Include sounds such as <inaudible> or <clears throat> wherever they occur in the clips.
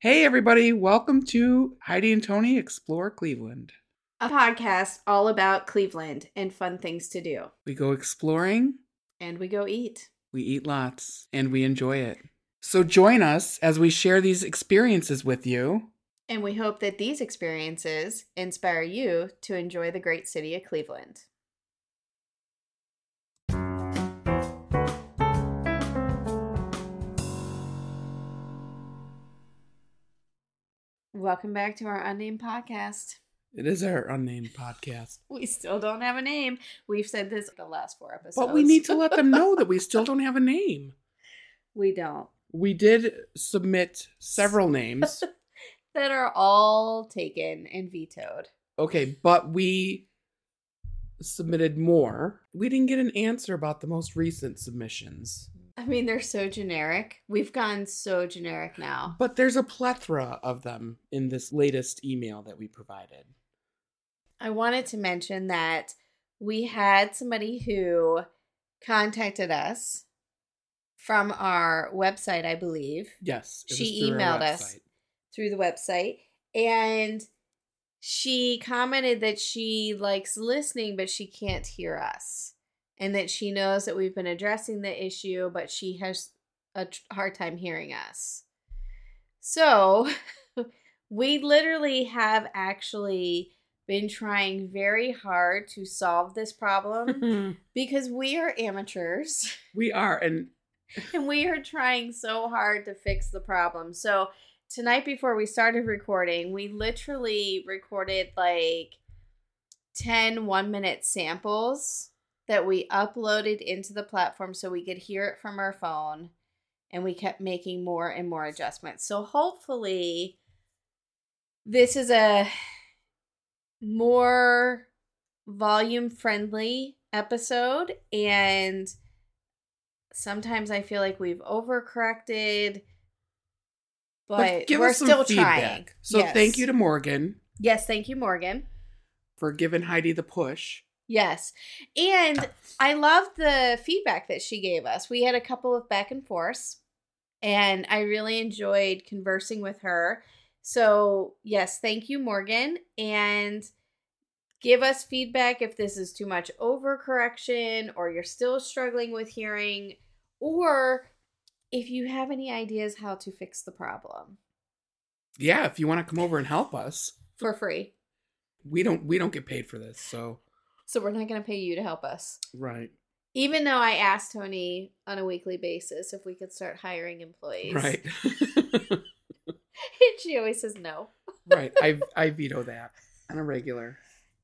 Hey, everybody, welcome to Heidi and Tony Explore Cleveland. a podcast all about Cleveland and fun things to do. We go exploring, And we go eat. we eat lots, and we enjoy it. So join us as we share these experiences with you. And we hope that these experiences inspire you to enjoy the great city of Cleveland. Welcome back to our unnamed podcast. It is our unnamed podcast, We still don't have a name. We've said this the last four episodes. but we need to let them know that we still don't have a name. we don't. We did submit several names. That are all taken and vetoed. Okay, but we submitted more. We didn't get an answer about the most recent submissions. I mean, they're so generic. We've gone so generic now. But there's a plethora of them in this latest email that we provided. I wanted to mention that we had somebody who contacted us from our website, I believe, Yes. was She through our emailed us. website. through the website. And she commented that she likes listening, but she can't hear us. And that she knows that we've been addressing the issue, but she has a tr- hard time hearing us. So <laughs> we literally have actually been trying very hard to solve <laughs> this problem because we are amateurs. we are. And <laughs> And we are trying so hard to fix the problem. So tonight before we started recording, we literally recorded like 10 one minute samples that we uploaded into the platform so we could hear it from our phone. And we kept making more and more adjustments. So hopefully this is a more volume friendly episode and sometimes I feel like we've overcorrected, but, we're still trying. So Yes. thank you to Morgan yes, thank you, Morgan. for giving Heidi the push. Yes, and I love the feedback that she gave us. We had a couple of back and forths, and I really enjoyed conversing with her. So yes, thank you, Morgan, and. Give us feedback if this is too much overcorrection or you're still struggling with hearing, or if you have any ideas how to fix the problem. Yeah, if you want to come over and help us. for free. We don't we don't get paid for this. So So we're not going to pay you to help us. Right. Even though I asked Tony on a weekly basis if we could start hiring employees. Right. <laughs> <laughs> And she always says no. right. I I veto that on a regular.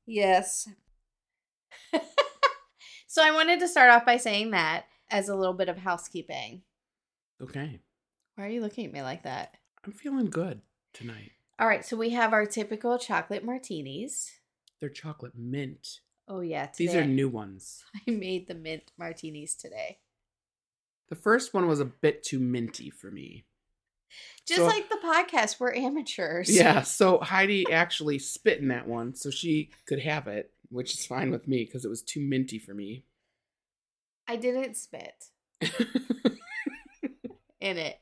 Yes. <laughs> so I wanted to start off by saying that as a little bit of housekeeping. Okay. Why are you looking at me like that? I'm feeling good tonight. All right, so we have our typical chocolate martinis. They're chocolate mint. Oh yeah, today These are new ones. <laughs> I made the mint martinis today. The first one was a bit too minty for me. Just So- like the podcast, we're amateurs. <laughs> Yeah, so Heidi actually spit in that one, so she could have it, which is fine with me because it was too minty for me. <laughs> I didn't spit. in it.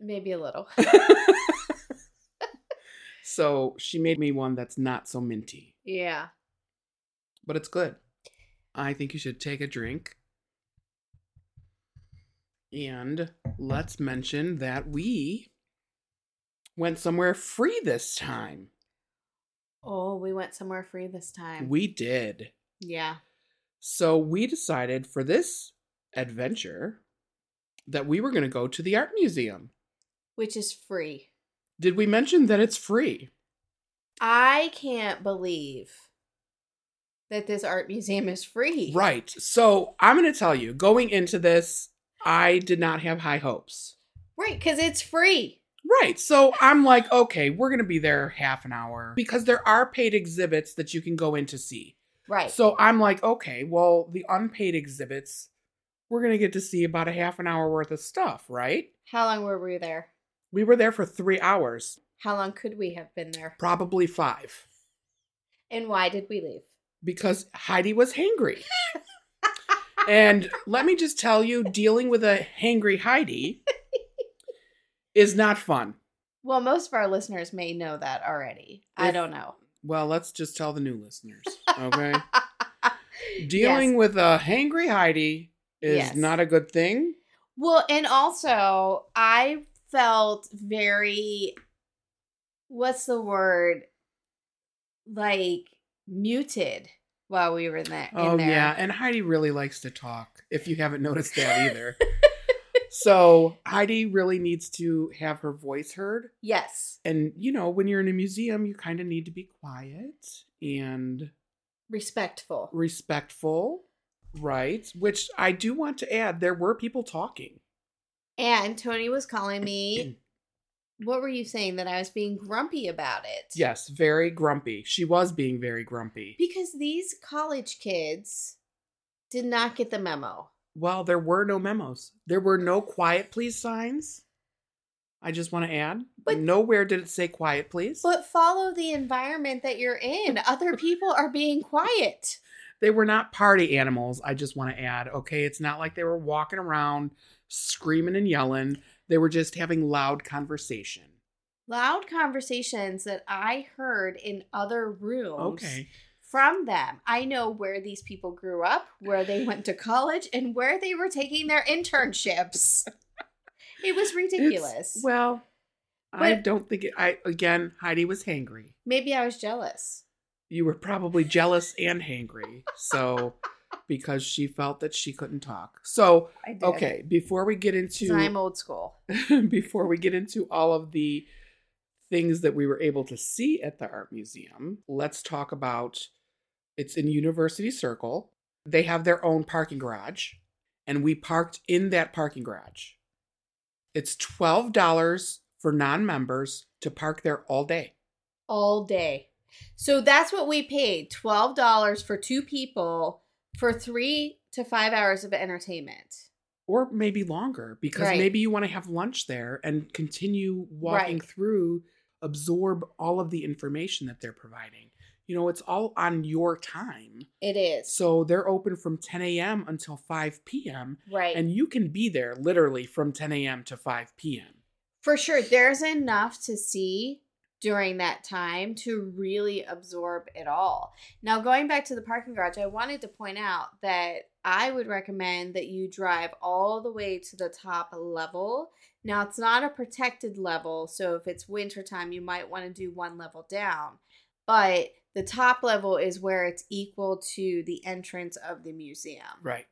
Maybe a little. <laughs> so she made me one that's not so minty, yeah. but it's good. I think you should take a drink. And let's mention that we went somewhere free this time. Oh, we went somewhere free this time. We did. yeah. So we decided for this adventure that we were going to go to the art museum. Which is free. Did we mention that it's free? I can't believe that this art museum is free. Right. So I'm going to tell you, going into this, I did not have high hopes. Right, because it's free. Right. So I'm like, okay, we're going to be there half an hour because there are paid exhibits that you can go in to see. Right. So I'm like, okay, well, the unpaid exhibits, we're going to get to see about a half an hour worth of stuff, right? How long were we there? We were there for three hours, How long could we have been there? probably five. And why did we leave? because Heidi was hangry. and let me just tell you, dealing with a hangry Heidi is not fun. Well, most of our listeners may know that already. I If- don't know. Well, let's just tell the new listeners, <laughs> okay? Dealing with a hangry Heidi is Yes. not a good thing. Well, and also I felt very what's the word? Like muted while we were in that in Oh there. yeah, and Heidi really likes to talk. If you haven't noticed <laughs> that either. so, Heidi really needs to have her voice heard. Yes. And you know, when you're in a museum, you kind of need to be quiet and Respectful. respectful, right? Which I do want to add, there were people talking. And Tony was calling me <clears throat> what were you saying that I was being grumpy about it? Yes, very grumpy. She was being very grumpy. Because these college kids did not get the memo. Well, there were no memos. There were no quiet please signs. I just want to add, But- nowhere did it say quiet please. But follow the environment that you're in. Other people are being quiet. they were not party animals. I just want to add, okay, it's not like they were walking around screaming and yelling. They were just having loud conversation. Loud conversations that I heard in other rooms Okay. from them. I know where these people grew up, where they went to college, and where they were taking their internships. it was ridiculous. It's- well, I But- don't think it, I again, Heidi was hangry. Maybe I was jealous. You were probably jealous and hangry. So because she felt that she couldn't talk. So, I did. okay, before we get into 'Cause I'm old school. <laughs> before we get into all of the things that we were able to see at the art museum, let's talk about it's in University Circle. They have their own parking garage, and we parked in that parking garage. It's $12 for non members to park there all day. all day. So that's what we paid $12 for two people for three to five hours of entertainment. Or maybe longer, because Right. maybe you want to have lunch there and continue walking Right. through, absorb all of the information that they're providing. You know, it's all on your time. It is. So they're open from 10 a.m. until 5 p.m. right. And you can be there literally from 10 a.m. to 5 p.m. for sure, there's enough to see during that time to really absorb it all. Now, going back to the parking garage, I wanted to point out that I would recommend that you drive all the way to the top level. Now, it's not a protected level, so if it's wintertime, you might want to do one level down. But the top level is where it's equal to the entrance of the museum. Right.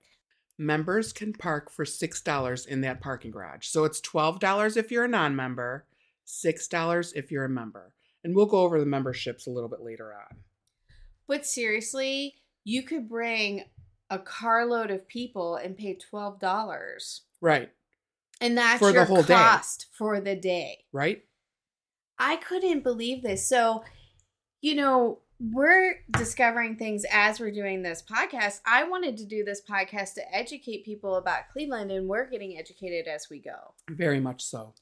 Members can park for $6 in that parking garage. So it's $12 if you're a non member, $6 if you're a member. And we'll go over the memberships a little bit later on. But seriously, you could bring a carload of people and pay twelve dollars, Right. and that's For the your whole day. cost for the day. Right? I couldn't believe this. So, you know, we're discovering things as we're doing this podcast. I wanted to do this podcast to educate people about Cleveland, and we're getting educated as we go Very much so.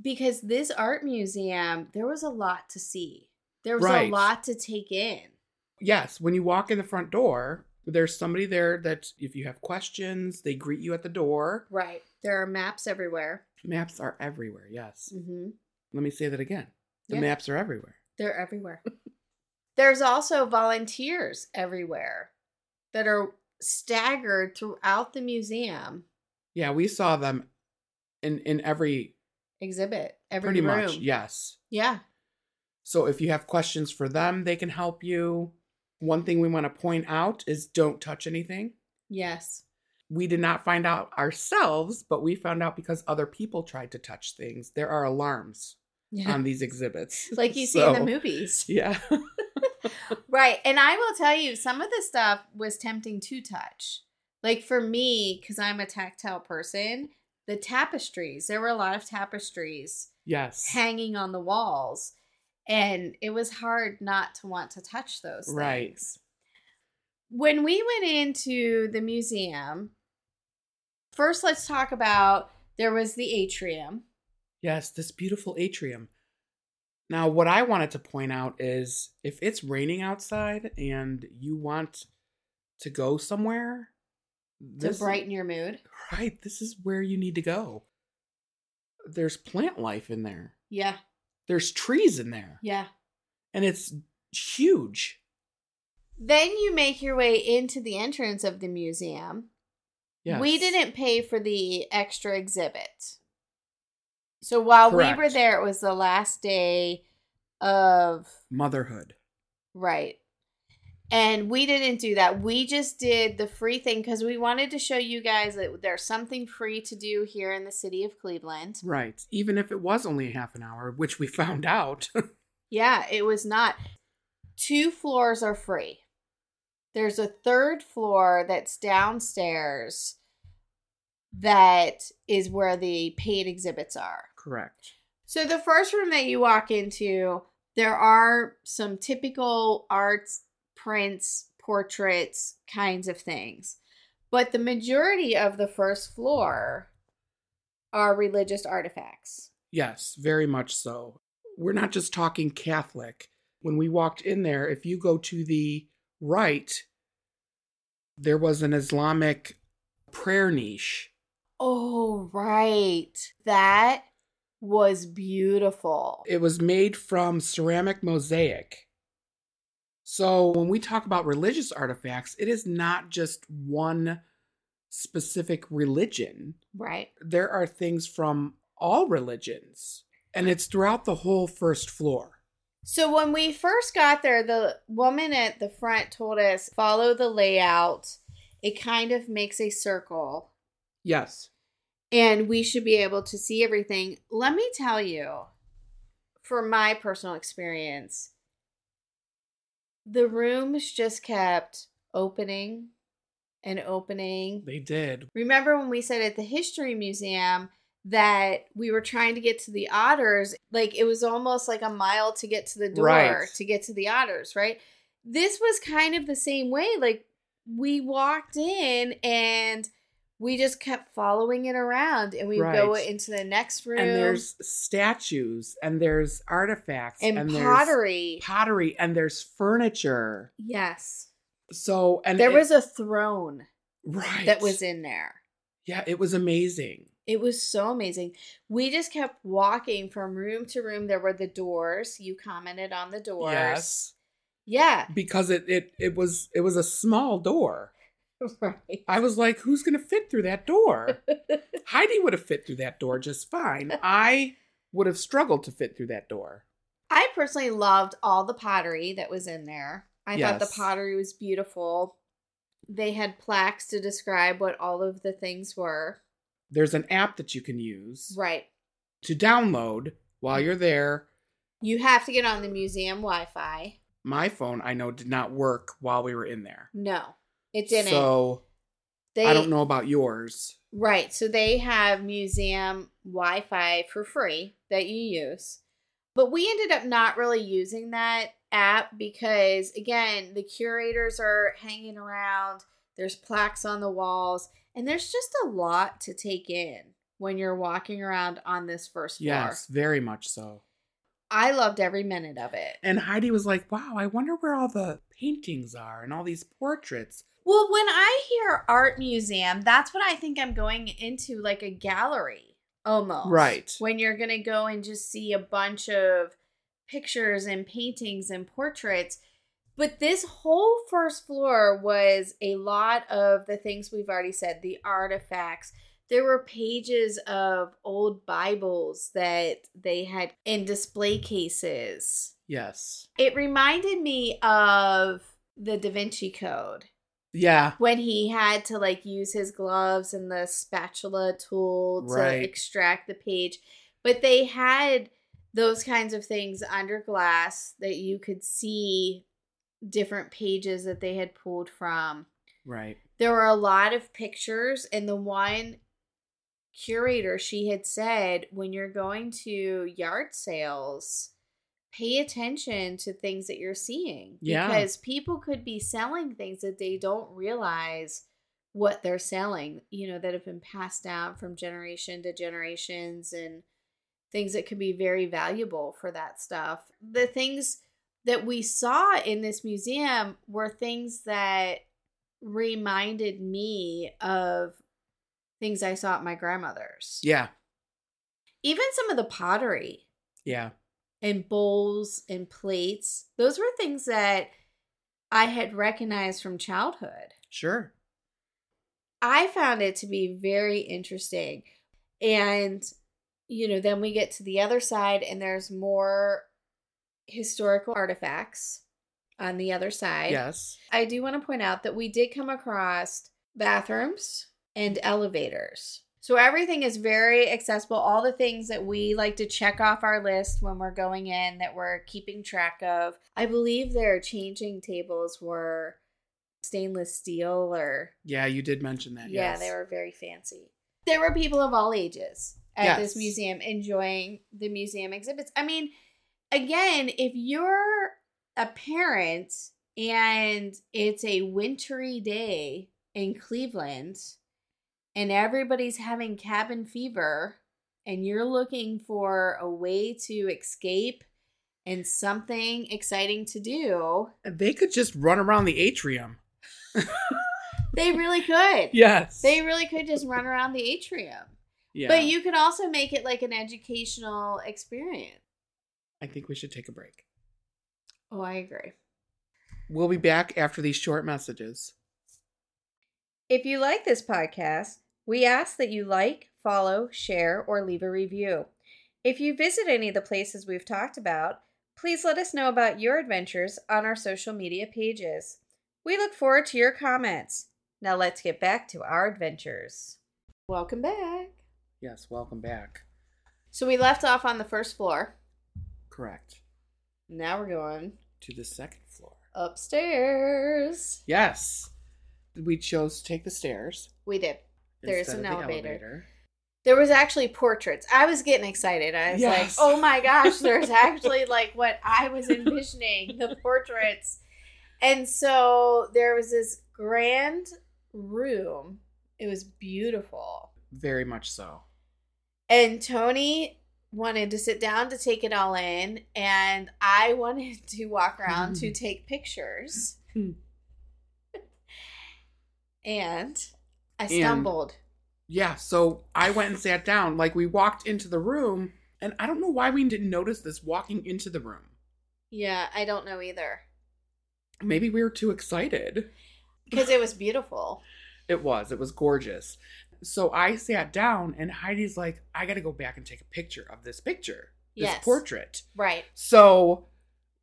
because this art museum, there was a lot to see. There was Right. a lot to take in. Yes, when you walk in the front door, there's somebody there that if you have questions, they greet you at the door. Right. There are maps everywhere. Maps are everywhere. Yes. Mm-hmm. Let me say that again. The Yeah. maps are everywhere. They're everywhere. <laughs> There's also volunteers everywhere that are staggered throughout the museum Yeah, we saw them in in every exhibit, every pretty room. much. Yes. Yeah. So if you have questions for them, they can help you. One thing we want to point out is don't touch anything. Yes. We did not find out ourselves, but we found out because other people tried to touch things. There are alarms Yeah. on these exhibits. <laughs> <laughs> like you see in the Um, So, movies. <laughs> Yeah. Right. And I will tell you, some of the stuff was tempting to touch. Like for me, because I'm a tactile person, the tapestries, there were a lot of tapestries yes. hanging on the walls. And it was hard not to want to touch those Right. things. When we went into the museum, first let's talk about there was the atrium. Yes, this beautiful atrium. Now, what I wanted to point out is if it's raining outside and you want to go somewhere, To this, brighten your mood. right, this is where you need to go. There's plant life in there. Yeah. There's trees in there, Yeah. and it's huge. Then you make your way into the entrance of the museum. We Yes. didn't pay for the extra exhibit. So while we were Correct. there, it was the last day of motherhood. right. And we didn't do that. We just did the free thing because we wanted to show you guys that there's something free to do here in the city of Cleveland. Right. Even if it was only a half an hour, which we found out. Yeah, it was not. Two floors are free. There's a third floor that's downstairs that is where the paid exhibits are. Correct. So the first room that you walk into, there are some typical arts, prints, portraits kinds of things. But the majority of the first floor are religious artifacts. Yes, very much so. We're not just talking Catholic. When we walked in there, if you go to the right, there was an Islamic prayer niche. Oh, right. That was beautiful. It was made from ceramic mosaic. So when we talk about religious artifacts, it is not just one specific religion. Right. there are things from all religions and it's throughout the whole first floor So when we first got there, the woman at the front told us follow the layout. It kind of makes a circle yes and we should be able to see everything. Let me tell you, from my personal experience, the rooms just kept opening and opening. they did Remember when we said at the History Museum that we were trying to get to the otters? Like it was almost like a mile to get to the door Right. to get to the otters, right? This was kind of the same way. Like we walked in and we just kept following it around and we would go Right. into the next room and there's statues and there's artifacts and and, pottery. there's pottery and there's furniture yes. so and there it- was a throne <laughs> right that was in there. yeah it was amazing It was so amazing. We just kept walking from room to room. There were the doors. You commented on the doors. yes <laughs> Yeah. <laughs> because it, it it was it was a small door Right. i was like who's gonna fit through that <laughs> door heidi would have fit through that door just fine i would have struggled to fit through that door I personally loved all the pottery that was in there. I thought the Yes. pottery was beautiful. They had plaques to describe what all of the things were. there's an app that you can use Right. to download while you're there. You have to get on the museum Wi Fi. My phone, I know, did not work while we were in there. No, it didn't. So they, I don't know about yours. Right. So they have museum Wi Fi for free that you use. But we ended up not really using that app because, again, the curators are hanging around, there's plaques on the walls, and there's just a lot to take in when you're walking around on this first floor. Yes, very much so. I loved every minute of it. And Heidi was like, wow, I wonder where all the paintings are and all these portraits. Well, when I hear art museum, that's what I think I'm going into, like a gallery almost. Right. When you're going to go and just see a bunch of pictures and paintings and portraits. But this whole first floor was a lot of the things we've already said the artifacts. There were pages of old Bibles that they had in display cases. Yes. It reminded me of the Da Vinci Code Yeah. when he had to like use his gloves and the spatula tool to Right. extract the page but they had those kinds of things under glass that you could see different pages that they had pulled from Right. there were a lot of pictures and the one curator she had said when you're going to yard sales pay attention to things that you're seeing Yeah. because people could be selling things that they don't realize what they're selling you know that have been passed down from generation to generations and things that could be very valuable for that stuff the things that we saw in this museum were things that reminded me of things I saw at my grandmother's. Yeah. Even some of the pottery. Yeah. and bowls and plates. Those were things that I had recognized from childhood. Sure. I found it to be very interesting. And, you know, then we get to the other side, and there's more historical artifacts on the other side. Yes. I do want to point out that we did come across bathrooms and elevators. So everything is very accessible. All the things that we like to check off our list when we're going in that we're keeping track of. I believe their changing tables were stainless steel or Yeah, you did mention that. yeah, yes. they were very fancy. There were people of all ages at this Yes. museum enjoying the museum exhibits. I mean, again, if you're a parent and it's a wintry day in Cleveland and everybody's having cabin fever and you're looking for a way to escape and something exciting to do, They could just run around the atrium. they really could. <laughs> Yes. They really could just run around the atrium. yeah. But you could also make it like an educational experience. I think we should take a break. Oh, I agree. We'll be back after these short messages. If you like this podcast, we ask that you like, follow, share, or leave a review. If you visit any of the places we've talked about, please let us know about your adventures on our social media pages. We look forward to your comments. Now let's get back to our adventures. Welcome back. Yes, welcome back. So we left off on the first floor. Correct. Now we're going To the second floor. upstairs. Yes. We chose to take the stairs. We did. There is instead an of the elevator. There was actually portraits. I was getting excited. I was Yes. like, "Oh my <laughs> gosh, there's actually like what I was envisioning, the portraits." And so there was this grand room. It was beautiful. Very much so. And Tony wanted to sit down to take it all in, and I <laughs> wanted to walk <laughs> around to take pictures. Hmm. and I And- stumbled. Yeah, so I went and sat down. Like we walked into the room, and I don't know why we didn't notice this walking into the room. yeah, I don't know either. Maybe we were too excited. Because it was beautiful. It was. It was gorgeous. So I sat down, and Heidi's like, I got to go back and take a picture of this picture, this Yes. portrait. Right. So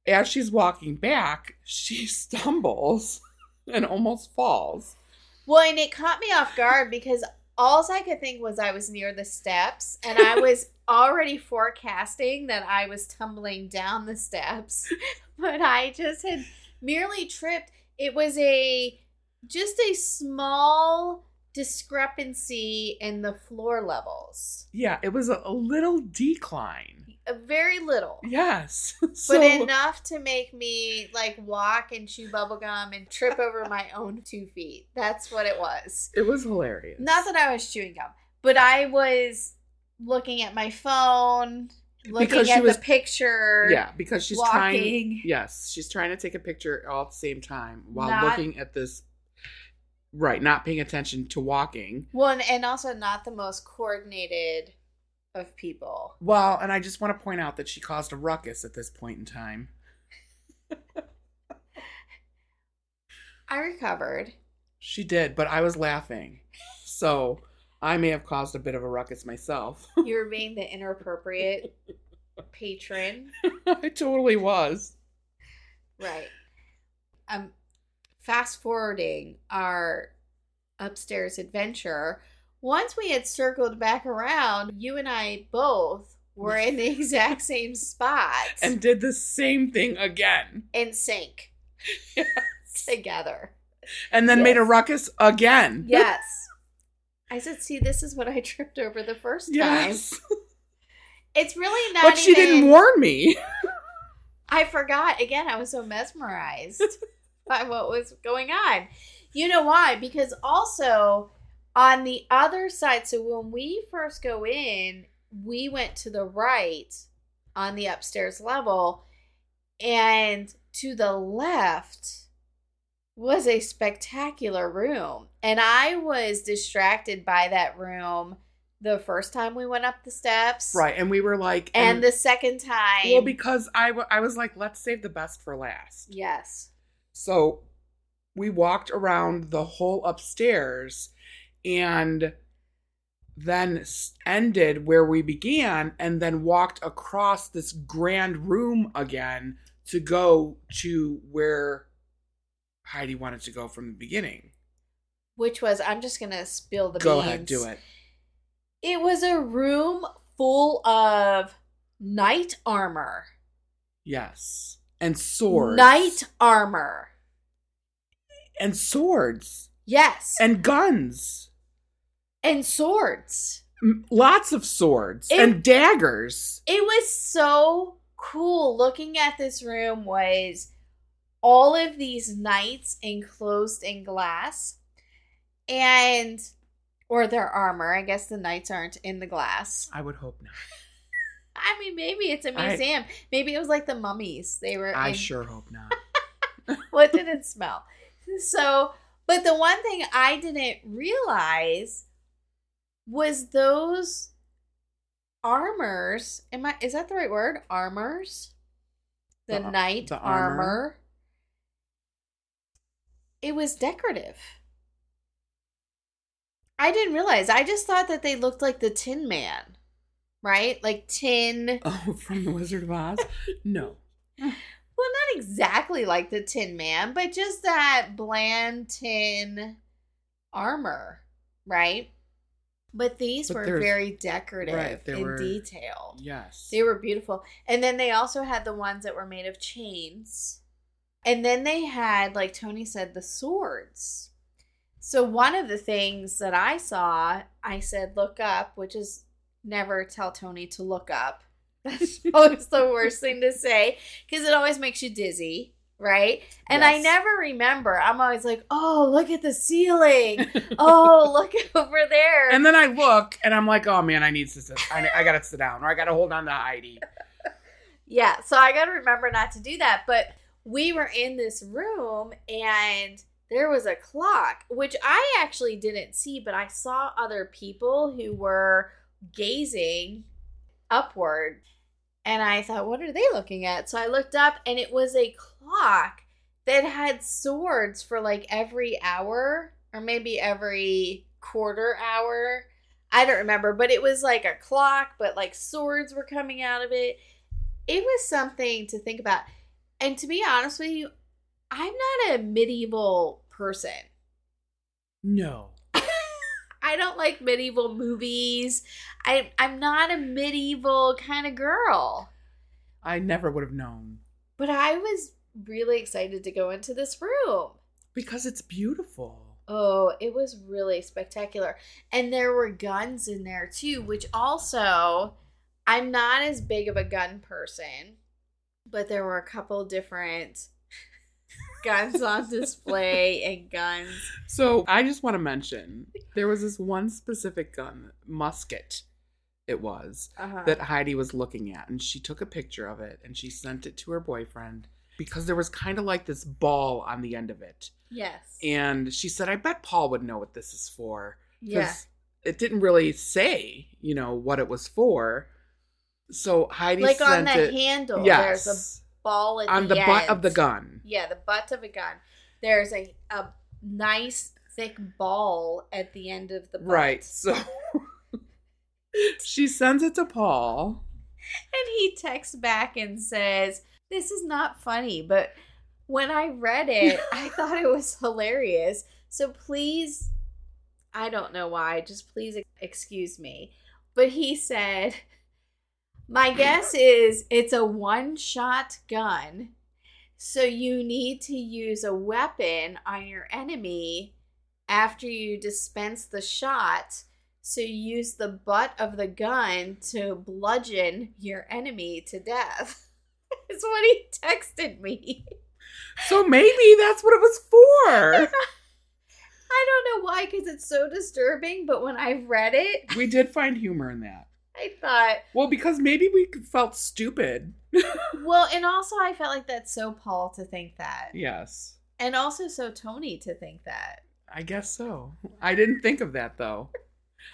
as she's walking back, she <laughs> stumbles <laughs> and almost falls. Well, and it caught me off guard because all I could think was I was near the steps and <laughs> I was already forecasting that I was tumbling down the steps. <laughs> But I just had merely tripped. It was a just a small discrepancy in the floor levels. Yeah, it was a, a little decline. A very little. Yes. <laughs> So, But uh, enough to make me like walk and chew bubblegum and trip over my own two feet. That's what it was. it was hilarious. Not that I was chewing gum, but I was looking at my phone, looking Because she at was- the picture. Yeah, because she's trying. walking. Yes, she's trying to take a picture all at the same time while Not- looking at this. Right, not paying attention to walking. One and also not the most coordinated of people. Well, and I just want to point out that she caused a ruckus at this point in time. I recovered. She did, but I was laughing. So I may have caused a bit of a ruckus myself. <laughs> You were being the inappropriate patron, I totally was. right? I'm Um, fast forwarding our upstairs adventure. Once we had circled back around, you and I both were in the <laughs> exact same spot. And did the same thing again. in sync <laughs> together. And then made a Yes. ruckus again. Yes. I said, see, this is what I <laughs> tripped over the first time. Yes. It's really not. But she even- didn't warn me. I forgot. Again, I was <laughs> so mesmerized by what was going on. You know why? Because also on the other side, so when we first go in, we went to the right on the upstairs level, and to the left was a spectacular room. And I was distracted by that room the first time we went up the steps. Right. And we were like, And the second time. well, because I, w- I was like, let's save the best for last. yes. So we walked around the whole upstairs and then s- ended where we began and then walked across this grand room again to go to where Heidi wanted to go from the beginning. Which was, I'm just going to spill the go beans. ahead, do it. It was a room full of knight armor. Yes. And swords. Knight armor. And swords. Yes. And, And guns. swords. M- Lots of swords. It- and daggers. It was so cool. Looking at this room was all of these knights enclosed in glass and or their armor. I guess the knights aren't in the glass. I would hope not. I mean, maybe it's a I- museum. maybe it was like the mummies. They were I in sure hope not. <laughs> well, it didn't smell. So, but the one thing I didn't realize was those armors. Am I? Is that the right word? Armors. The, The ar- knight the armor. armor. It was decorative. I didn't realize. I just thought that they looked like the Tin Man, right? Like tin. <laughs> Oh, from the Wizard of Oz? No. Well, not exactly like the Tin Man, but just that bland tin armor, right? But these But were there's- very decorative right, they in were- detail. Yes. They were beautiful. And then they also had the ones that were made of chains. And then they had, like Tony said, the swords. So one of the things that I saw, I said, look up, which is never tell Tony to look up. <laughs> That's always the worst thing to say because it always makes you dizzy, right? And I Yes. never remember. I'm always like, oh, look at the ceiling. oh, <laughs> look over there. And then I look and I'm like, oh man, I need to sit. I, I gotta sit down or I gotta hold on to Heidi. Yeah, so I got to remember not to do that. But we were in this room and there was a clock, which I actually didn't see, but I saw other people who were gazing upward. And I thought, what are they looking at? So I looked up and it was a clock that had swords for like every hour or maybe every quarter hour. I don't remember, but it was like a clock, but like swords were coming out of it it was something to think about. And to be honest with you, I'm not a medieval person. No. I don't like medieval movies. I I'm not a medieval kind of girl. I never would have known. But I was really excited to go into this room. Because it's beautiful. Oh, it was really spectacular. And there were guns in there too, which also, I'm not as big of a gun person, but there were a couple different <laughs> guns on display and guns. So I just want to mention there was this one specific gun, musket, it was, Uh-huh. that Heidi was looking at. And she took a picture of it and she sent it to her boyfriend because there was kind of like this ball on the end of it. yes. And she said, I bet Paul would know what this is for. Yeah. because it didn't really say, you know, what it was for. So Heidi Like on sent the it. handle, yes, there's a ball at on the, the butt of the end. gun. Yeah, the butt of a gun. There's a, a nice thick ball at the end of the butt. Right. So <laughs> she sends it to Paul. And he texts back and says, This is not funny, but when I read it, I thought it was hilarious. So please, I don't know why, just please excuse me. But he said, My guess is it's a one shot gun. So you need to use a weapon on your enemy after you dispense the shot. So use the butt of the gun to bludgeon your enemy to death. <laughs> Is what he texted me. So maybe that's what it <laughs> was I don't know why, because it's so disturbing, but when I read it, for. We did find humor in that. I thought, Well, because maybe we felt stupid. well, and also I felt like that's so Paul to think that. Yes. And also so Tony to think that. I guess so. I didn't think of that though.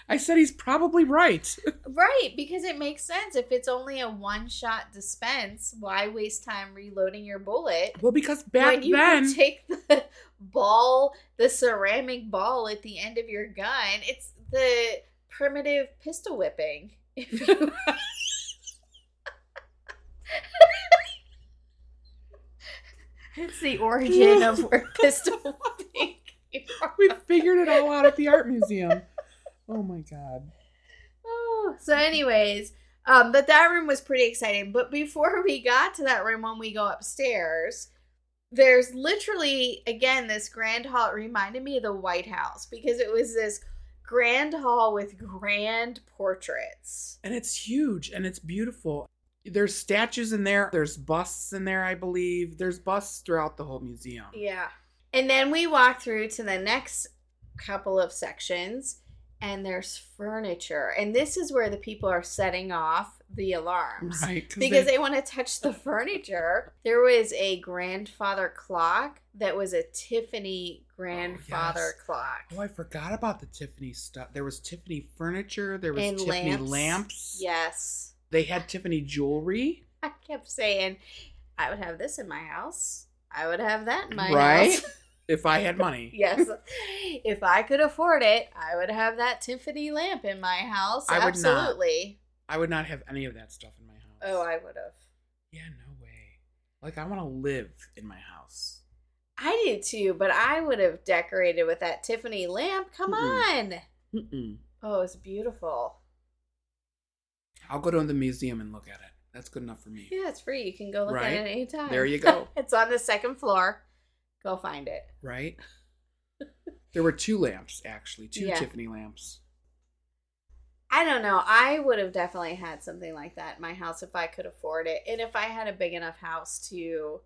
I said he's probably right. Right, because it makes sense. If it's only a one shot dispense, why waste time reloading your bullet? Well, because back when you then, can take <laughs> the ball, the ceramic ball at the end of your gun, it's the primitive pistol whipping. <laughs> If you- <laughs> it's the origin of <laughs> where pistol whipping came from. we figured it all out at the art museum. Oh my god. Oh, so anyways, um, but that room was pretty exciting. But before we got to that room, when we go upstairs, there's literally again this grand hall. It reminded me of the White House because it was this grand hall with grand portraits. And it's huge and it's beautiful. There's statues in there. There's busts in there, I believe. There's busts throughout the whole museum. Yeah. And then we walk through to the next couple of sections, and there's furniture. And this is where the people are setting off the alarms. Right. because they, want to touch the furniture. There was a grandfather clock that was a Tiffany grandfather yes. clock. Oh, I forgot about the Tiffany stuff. There was Tiffany furniture. There was And Tiffany lamps. lamps. Yes. <laughs> They had Tiffany jewelry. I kept saying, I would have this in my house. I would have that in my Right? house. If I had money, <laughs> yes. If I could afford it, I would have that Tiffany lamp in my house. I would not. Absolutely. I would not have any of that stuff in my house. Oh, I would have. yeah, no way. Like I want to live in my house. I did too, but I would have decorated with that Tiffany lamp. Come Mm-mm. on. Mm-mm. Oh, it's beautiful. I'll go to the museum and look at it. That's good enough for me. Yeah, it's free. You can go look at it Right? anytime. There you <laughs> go. It's on the second floor. Go find it. Right? there were two lamps actually, two Yeah. Tiffany lamps. I don't know. I would have definitely had something like that in my house if I could afford it, and if I had a big enough house to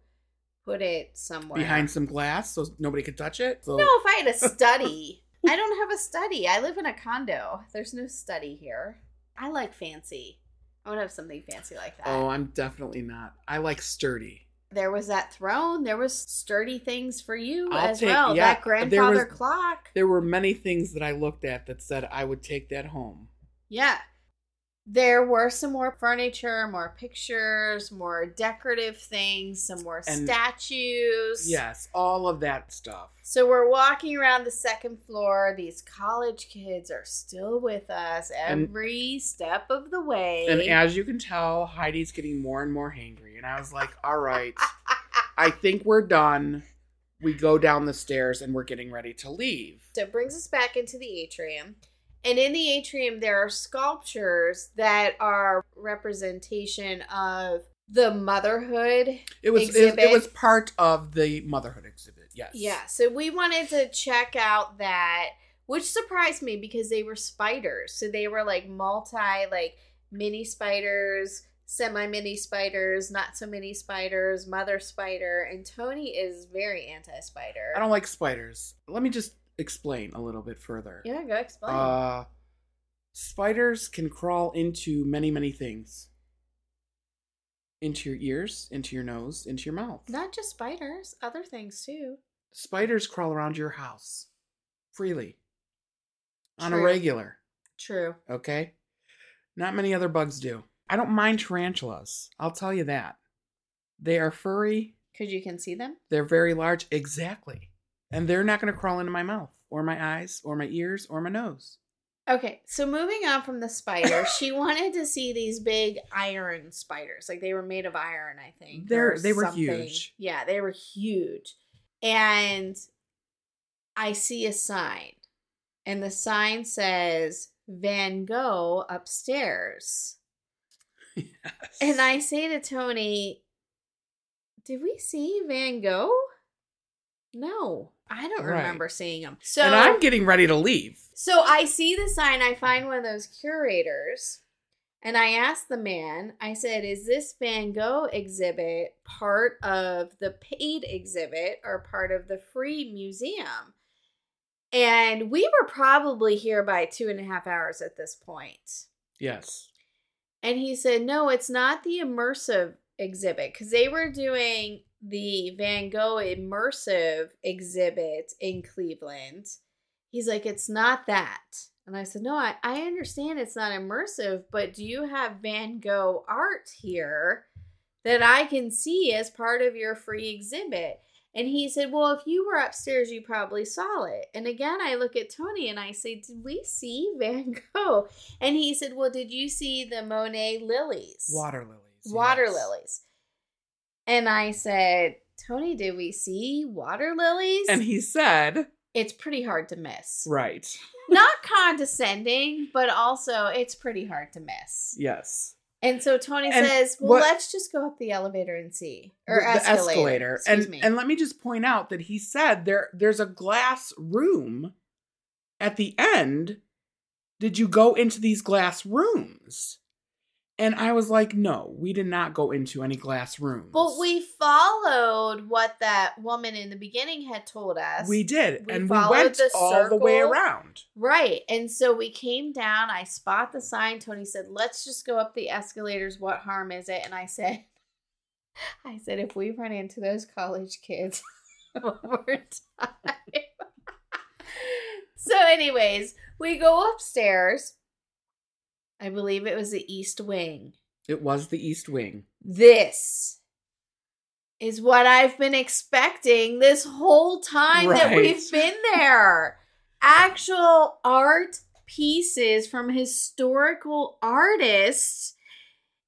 put it somewhere behind some glass so nobody could touch it. So No, if I <laughs> had a study. I don't have a study. I live in a condo. There's no study here. I like fancy. I would have something fancy like that. Oh, I'm definitely not. I like sturdy. There was that throne. There was sturdy things for you I'll as take- well. yeah, that there was- grandfather clock. There were many things that I looked at that said I would take that home. Yeah. There were some more furniture, more pictures, more decorative things, some more And- statues. Yes, all of that stuff. So we're walking around the second floor. These college kids are still with us And- every step of the way. And as you can tell, Heidi's getting more and more hangry. And I was like, all right, I think we're done. We go down the stairs and we're getting ready to leave. So it brings us back into the atrium. And in the atrium, there are sculptures that are representation of the motherhood It was it, Exhibit. it was part of the motherhood exhibit. Yes. Yeah, so we wanted to check out that, which surprised me because they were spiders. So they were like multi, like mini spiders, semi mini spiders, not so many spiders, mother spider. And Tony is very anti spider. I don't like spiders. Let me just explain a little bit further. Yeah, go explain. Uh, spiders can crawl into many, many things. Into your ears, into your nose, into your mouth. not just spiders, other things too. Spiders crawl around your house freely on a True. regular, True. okay? Not many other bugs do. I don't mind tarantulas. I'll tell you that. They are furry, Because you can see them. they're very large. Exactly. And they're not going to crawl into my mouth or my eyes or my ears or my nose. Okay, so moving on from the spider, she <laughs> wanted to see these big iron spiders. Like they were made of iron, I think. They're- or they were huge. Yeah, they were huge. And I see a sign. And the sign says Van Gogh upstairs. And I say to Tony, Did we see Van Gogh? No. I don't Right. remember seeing him. So and I'm getting ready to leave. so I see the sign. I find one of those curators and I asked the man, I said, Is this Van Gogh exhibit part of the paid exhibit or part of the free museum? And we were probably here by two and a half hours at this point. Yes. And he said, No, it's not the immersive exhibit because they were doing the Van Gogh immersive exhibit in Cleveland. He's like, It's not that. And I said, No, I, I understand it's not immersive, but do you have Van Gogh art here that I can see as part of your free exhibit? And he said, Well, if you were upstairs, you probably saw it. And again, I look at Tony and I say, Did we see <laughs> Van Gogh? And he said, Well, did you see the Monet lilies? Water lilies. water yes. lilies. And I said, Tony, did we see water lilies? And he said, it's pretty hard to miss. right. Not condescending, but also it's pretty hard to miss. Yes. And so Tony And says, well, what- let's just go up the elevator and see. Or The escalator. Excuse And me. and let me just point out that he said there there's a glass room at the end. Did you go into these glass rooms? And I was like, no, we did not go into any glass rooms. but we followed what that woman in the beginning had told us. we did, we and we followed went the all the way circle. around. Right. And so we came down. I spot the sign. Tony said, let's just go up the escalators. What harm is it? And I said, <laughs> I said, if we run into those college kids <laughs> one more time. <laughs> so, anyways, we go upstairs. I believe it was the East Wing. It was the East Wing. This is what I've been expecting this whole time that Right. we've been there. Actual art pieces from historical artists.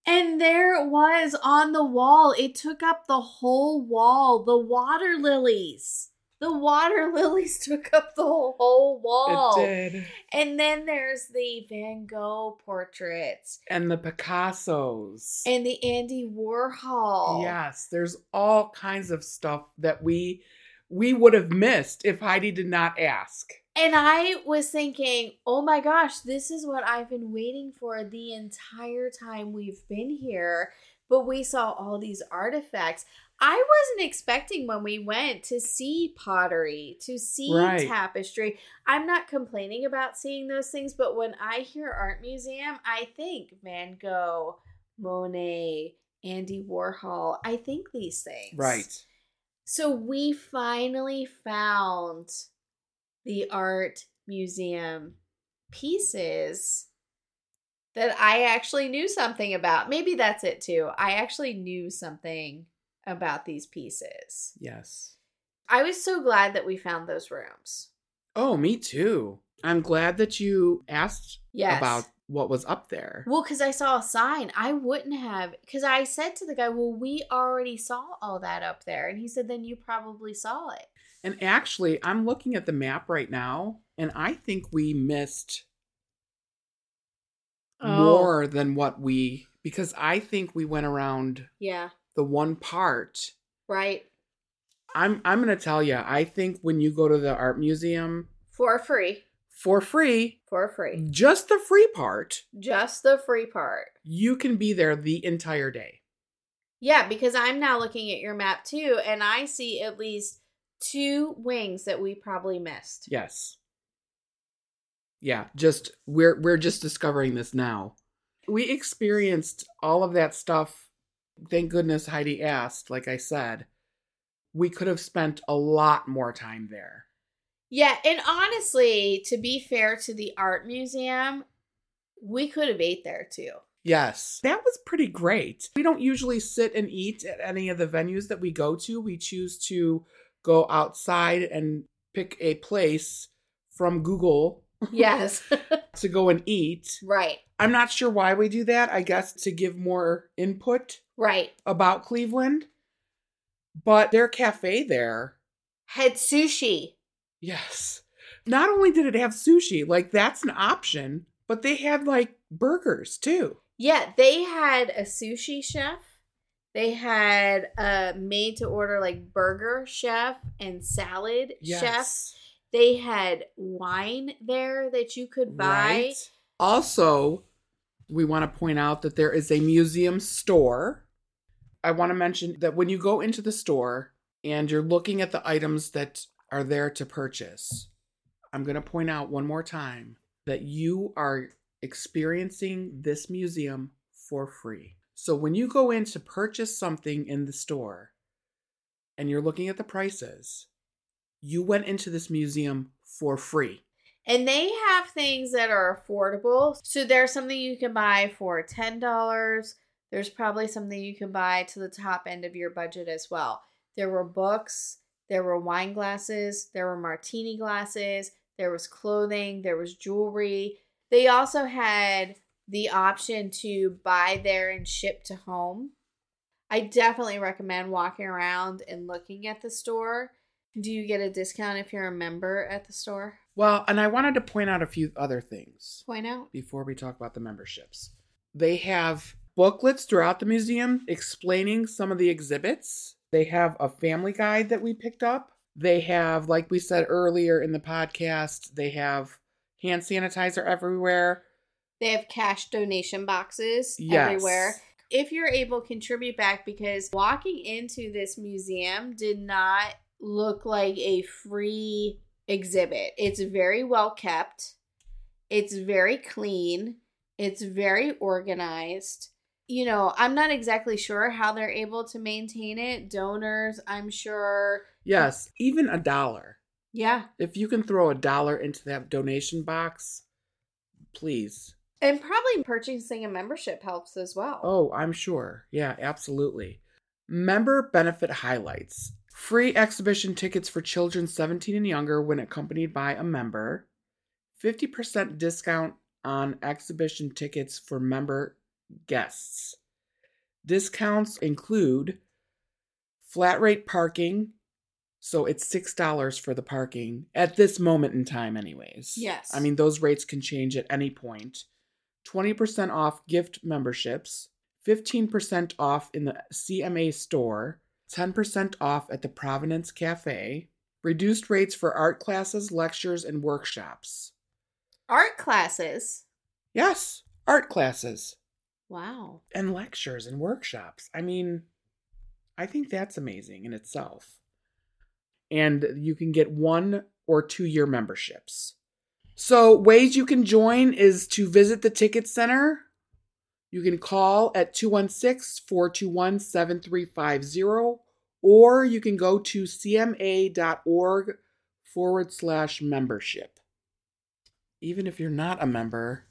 And there it was on the wall. It took up the whole wall. The water lilies. The water <laughs> lilies took up the whole wall. It did. And then there's the Van Gogh portraits And the Picassos. and the Andy Warhol. Yes, there's all kinds of stuff that we we would have missed if Heidi did not ask. And I was thinking, oh my gosh, this is what I've been waiting for the entire time we've been here. But we saw all these artifacts. I wasn't expecting when we went to see pottery, to see Right. tapestry. I'm not complaining about seeing those things, but when I hear art museum, I think Van Gogh, Monet, Andy Warhol. I think these things. Right. So we finally found the art museum pieces that I actually knew something about. Maybe that's it too. I actually knew something about these pieces. Yes. I was so glad that we found those rooms. Oh, me too. I'm glad that you asked Yes. about what was up there. well, because I saw a sign. I wouldn't have, because I said to the guy, Well, we already saw all that up there. And he said, Then you probably saw it. And actually, I'm looking at the map right now, and I think we missed more than what we because I think we went around Yeah, the one part. right. I'm I'm going to tell you, I think when you go to the art museum For free. for free, For free. just the free part, Just the free part. you can be there the entire day. Yeah, because I'm now looking at your map too, and I see at least two wings that we probably missed. Yes. Yeah, just we're we're just discovering this now. We experienced all of that stuff. Thank goodness Heidi asked, like I said. We could have spent a lot more time there. Yeah, and honestly, to be fair to the art museum, we could have ate there too. Yes. That was pretty great. We don't usually sit and eat at any of the venues that we go to. We choose to go outside and pick a place from Google Yes. to go and eat. right. I'm not sure why we do that. I guess to give more input Right. about Cleveland. But their cafe there, Had sushi. yes. Not only did it have sushi, like that's an option, but they had like burgers too. Yeah, they had a sushi chef. They had a made to order like burger chef and salad chef. They had wine there that you could buy. Right. Also, we want to point out that there is a museum store. I want to mention that when you go into the store and you're looking at the items that are there to purchase, I'm going to point out one more time that you are experiencing this museum for free. So when you go in to purchase something in the store and you're looking at the prices, you went into this museum for free. And they have things that are affordable. So there's something you can buy for $10. There's probably something you can buy to the top end of your budget as well. There were books, there were wine glasses, there were martini glasses, there was clothing, there was jewelry. They also had the option to buy there and ship to home. I definitely recommend walking around and looking at the store. Do you get a discount if you're a member at the store? Well, and I wanted to point out a few other things Point out. before we talk about the memberships. They have booklets throughout the museum explaining some of the exhibits. They have a family guide that we picked up. They have, like we said earlier in the podcast, they have hand sanitizer everywhere. They have cash donation boxes Yes. everywhere. If you're able, contribute back because walking into this museum did not look like a free exhibit. It's very well kept, it's very clean, it's very organized. You know, I'm not exactly sure how they're able to maintain it. Donors, I'm sure. Yes, even a dollar. Yeah. If you can throw a dollar into that donation box, please. And probably purchasing a membership helps as well. Oh, I'm sure. Yeah, absolutely. Member benefit highlights free exhibition tickets for children 17 and younger when accompanied by a member, 50% discount on exhibition tickets for member guests. Discounts include flat rate parking. So it's $6 for the parking at this moment in time, anyways. Yes. I mean, those rates can change at any point. 20% off gift memberships, 15% off in the CMA store, 10% off at the Providence Cafe, reduced rates for art classes, lectures, and workshops. Art classes. Yes, art classes Wow. and lectures and workshops. I mean, I think that's amazing in itself. And you can get one or two year memberships. So, ways you can join is to visit the Ticket Center. You can call at 216 421 7350, or you can go to cma.org forward slash membership. Even if you're not a member,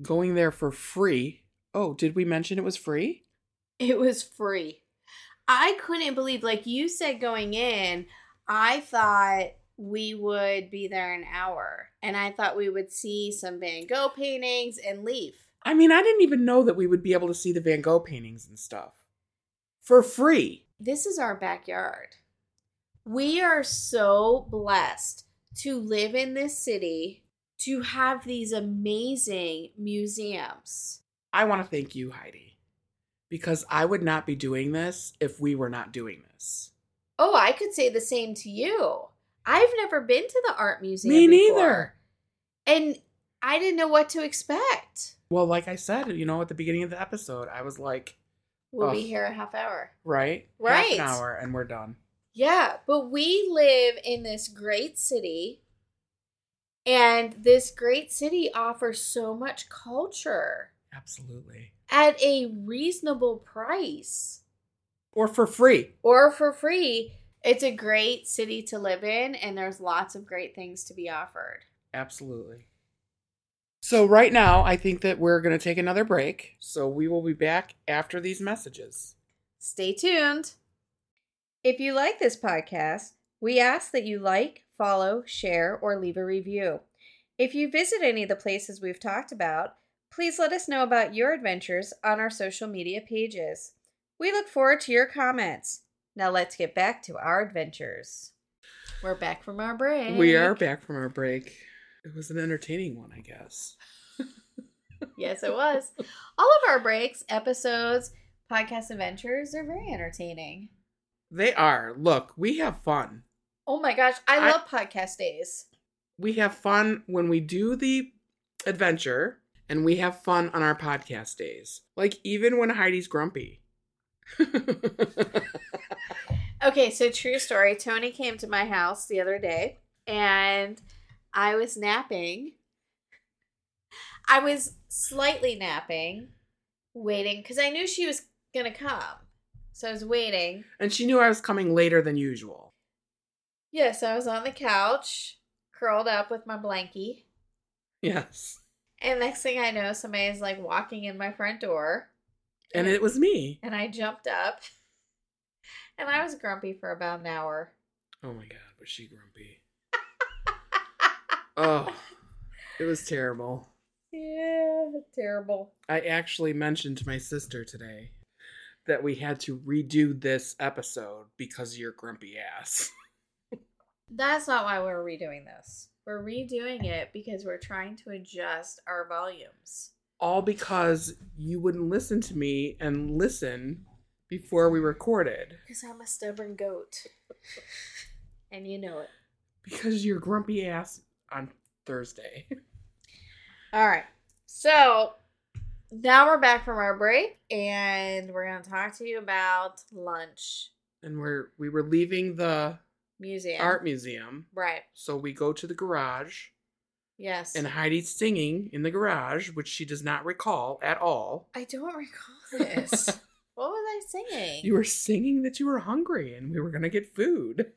going there for free Oh, did we mention it was free? It was free. I couldn't believe, like you said going in, I thought we would be there an hour and I thought we would see some Van Gogh paintings and leave. I mean, I didn't even know that we would be able to see the Van Gogh paintings and stuff for free. This is our backyard. We are so blessed to live in this city, to have these amazing museums. I want to thank you, Heidi, because I would not be doing this if we were not doing this. Oh, I could say the same to you. I've never been to the art museum. Me neither. before, And I didn't know what to expect. Well, like I said, you know, at the beginning of the episode, I was like, We'll be Ugh. here a half hour. right? Half Right. an hour and we're done. Yeah, but we live in this great city, and this great city offers so much culture Absolutely. at a reasonable price Or for free. or for free. It's a great city to live in, and there's lots of great things to be offered. Absolutely. So, right now, I think that we're going to take another break. So, we will be back after these messages. Stay tuned. If you like this podcast, we ask that you like, follow, share, or leave a review. If you visit any of the places we've talked about, please let us know about your adventures on our social media pages. We look forward to your comments. Now let's get back to our adventures. We're back from our break. We are back from our break. It was an entertaining one, I guess. <laughs> Yes, it was. All of our breaks, episodes, podcast adventures are very entertaining. They are. Look, we have fun. Oh my gosh, I, I- love podcast days. We have fun when we do the adventure, and we have fun on our podcast days. Like, even when Heidi's grumpy. <laughs> Okay, so true story. Tony came to my house the other day and I was napping. I was slightly napping, waiting because I knew she was going to come. So I was waiting. and she knew I was coming later than usual. Yes, I was on the couch curled up with my blankie. Yes. And next thing I know, somebody is like walking in my front door. And it was me. And I jumped up. And I was grumpy for about an hour. Oh my god, was she grumpy? oh, it was terrible. Yeah, terrible. I actually mentioned to my sister today that we had to redo this episode because of your grumpy ass. <laughs> That's not why we're redoing this. We're redoing it because we're trying to adjust our volumes. All because you wouldn't listen to me and listen before we recorded. Because I'm a stubborn <laughs> goat. and you know it. Because you're grumpy ass on Thursday. <laughs> All right. So now we're back from our break and we're going to talk to you about lunch And we're we were leaving the museum. art museum. Right. So we go to the garage Yes. and Heidi's singing in the garage, which she does not recall at all. I don't recall this. <laughs> what was I singing? You were singing that you were hungry and we were gonna get food.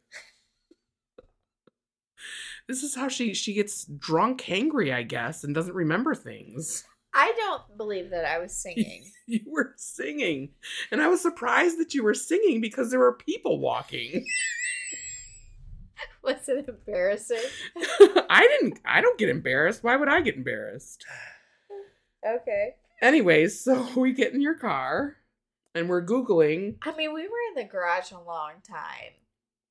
this is how she she gets drunk, hangry, I guess, and doesn't remember things. <laughs> I don't believe that I was singing. You were singing, and I was surprised that you were singing because there were people walking. <laughs> was <laughs> it embarrassing? I didn't. I don't get embarrassed. Why would I get embarrassed? Okay. Anyways, so <laughs> we get in your car, and we're googling. I mean, we were in the garage a long time.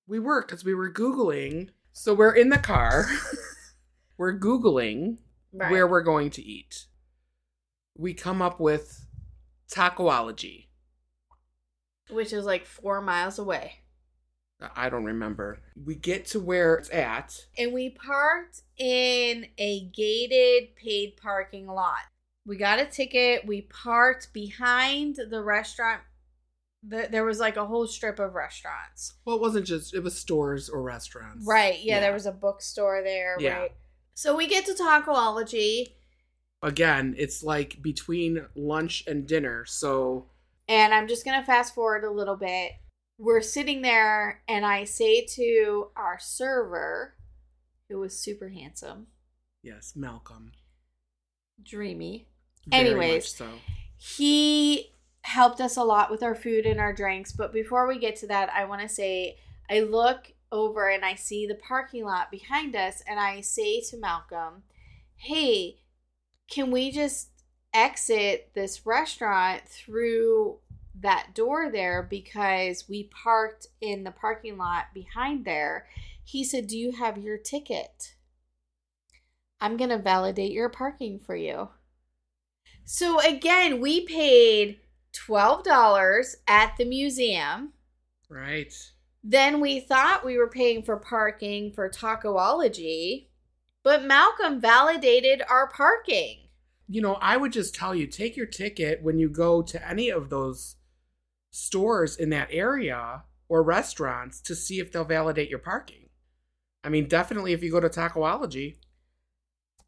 We were because we were googling. So we're in the car. <laughs> we're googling Right. where we're going to eat. We come up with tacoology. Which is like four miles away. I don't remember. We get to where it's at. And we parked in a gated paid parking lot. We got a ticket. We parked behind the restaurant. The, there was like a whole strip of restaurants. Well, it wasn't just it was stores or restaurants. Right. Yeah, Yeah. there was a bookstore there. Yeah. Right. So we get to Tacoology, Again, it's like between lunch and dinner. So and I'm just going to fast forward a little bit. We're sitting there, and I say to our server, who was super handsome, yes, Malcolm. dreamy, Very Anyways. much so he helped us a lot with our food and our drinks. But before we get to that, I want to say I look over and I see the parking lot behind us, and I say to Malcolm, Hey, can we just exit this restaurant through that door there because we parked in the parking lot behind there? He said, Do you have your ticket? I'm going to validate your parking for you. So again, we paid $12 at the museum. right. Then we thought we were paying for parking for Tacoology, but Malcolm validated our parking. You know, I would just tell you take your ticket when you go to any of those stores in that area or restaurants to see if they'll validate your parking. I mean, definitely if you go to Tacoology,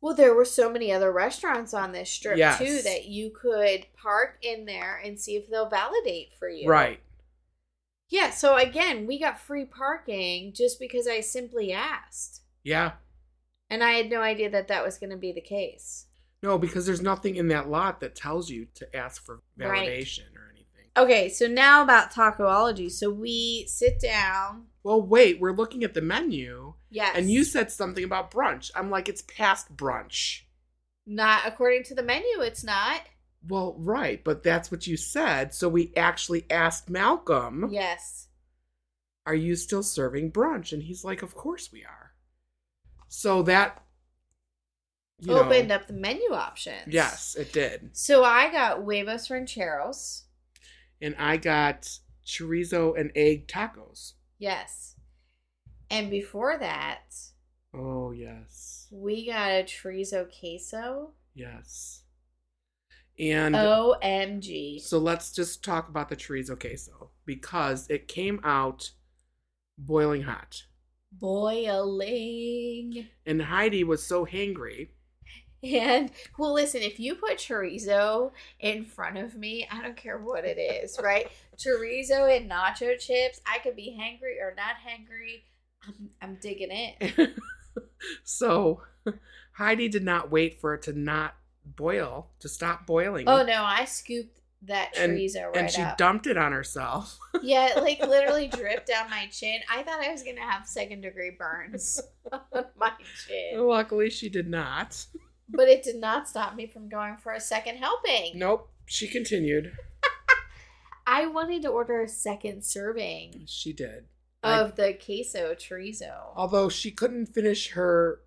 Well, there were so many other restaurants on this strip Yes. too that you could park in there and see if they'll validate for you. right? Yeah, so again, we got free parking just because I simply asked. Yeah. And I had no idea that that was going to be the case. No, because there's nothing in that lot that tells you to ask for Right. validation or anything. Okay, so now about tacoology. So we sit down. Well, wait, we're looking at the menu Yes. and you said something about brunch. I'm like, it's past brunch. not according to the menu, it's not. Well, right, but that's what you said. So we actually asked Malcolm, Yes. Are you still serving brunch? And he's like, Of course we are. So that you know, Opened up the menu options. Yes, it did. So I got huevos rancheros. And I got chorizo and egg tacos. Yes. And before that, Oh yes. we got a chorizo queso. Yes. And Oh. OMG. So let's just talk about the chorizo queso because it came out boiling hot. Boiling. And Heidi was so hangry. And well, listen, if you put chorizo in front of me, I don't care what it is, right? chorizo and nacho chips, I could be hangry or not hangry. I'm, I'm digging it. <laughs> So Heidi did not wait for it to not boil, to stop boiling. Oh no, I scooped that And- trees are right and she up. dumped it on herself. <laughs> yeah, it like literally dripped down my chin. I thought I was gonna have second degree burns <laughs> on my chin, Luckily, she did not. but it did not stop me from going for a second helping. Nope. She continued. I wanted to order a second serving She did. I- of the queso chorizo. Although she couldn't finish her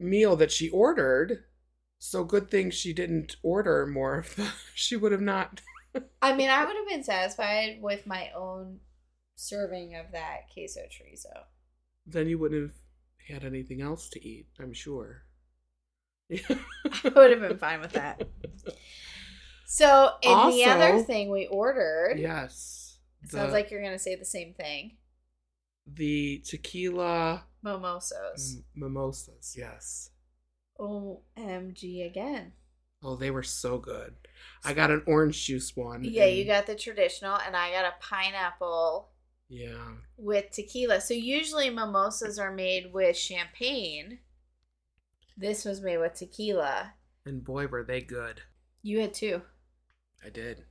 meal that she ordered, so good thing she didn't order more. of the- <laughs> she would have not. I mean, I would have been satisfied with my own serving of that queso chorizo. Then you wouldn't have had anything else to eat. I'm sure. <laughs> I would have been fine with that. So, and Also- the other thing we ordered yes. The, sounds like you're going to say the same thing the tequila mimosos. m- mimosas. Yes. OMG again. Oh, they were so good. I got an orange juice one. Yeah, and- you got the traditional, and I got a pineapple Yeah. with tequila. So, usually mimosas are made with champagne. This was made with tequila. And boy, were they good. You had two. I did.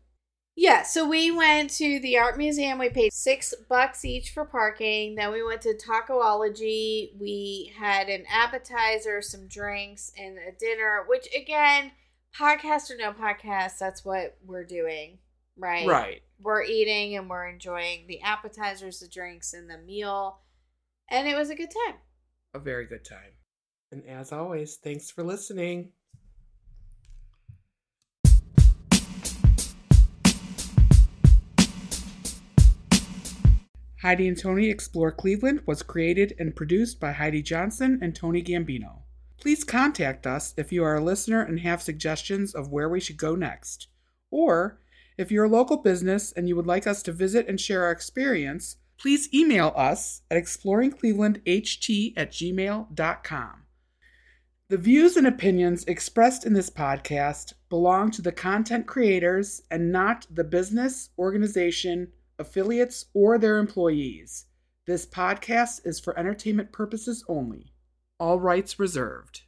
Yeah, so we went to the art museum. We paid six bucks each for parking. Then we went to Tacoology. We had an appetizer, some drinks, and a dinner, which again, podcast or no podcast, that's what we're doing, right? Right. We're eating and we're enjoying the appetizers, the drinks, and the meal. And it was a good time. A very good time. And as always, thanks for listening. Heidi and Tony Explore Cleveland was created and produced by Heidi Johnson and Tony Gambino. Please contact us if you are a listener and have suggestions of where we should go next. Or if you're a local business and you would like us to visit and share our experience, please email us at exploringclevelandht at gmail.com. The views and opinions expressed in this podcast belong to the content creators and not the business, organization, affiliates, or their employees. This podcast is for entertainment purposes only. All rights reserved.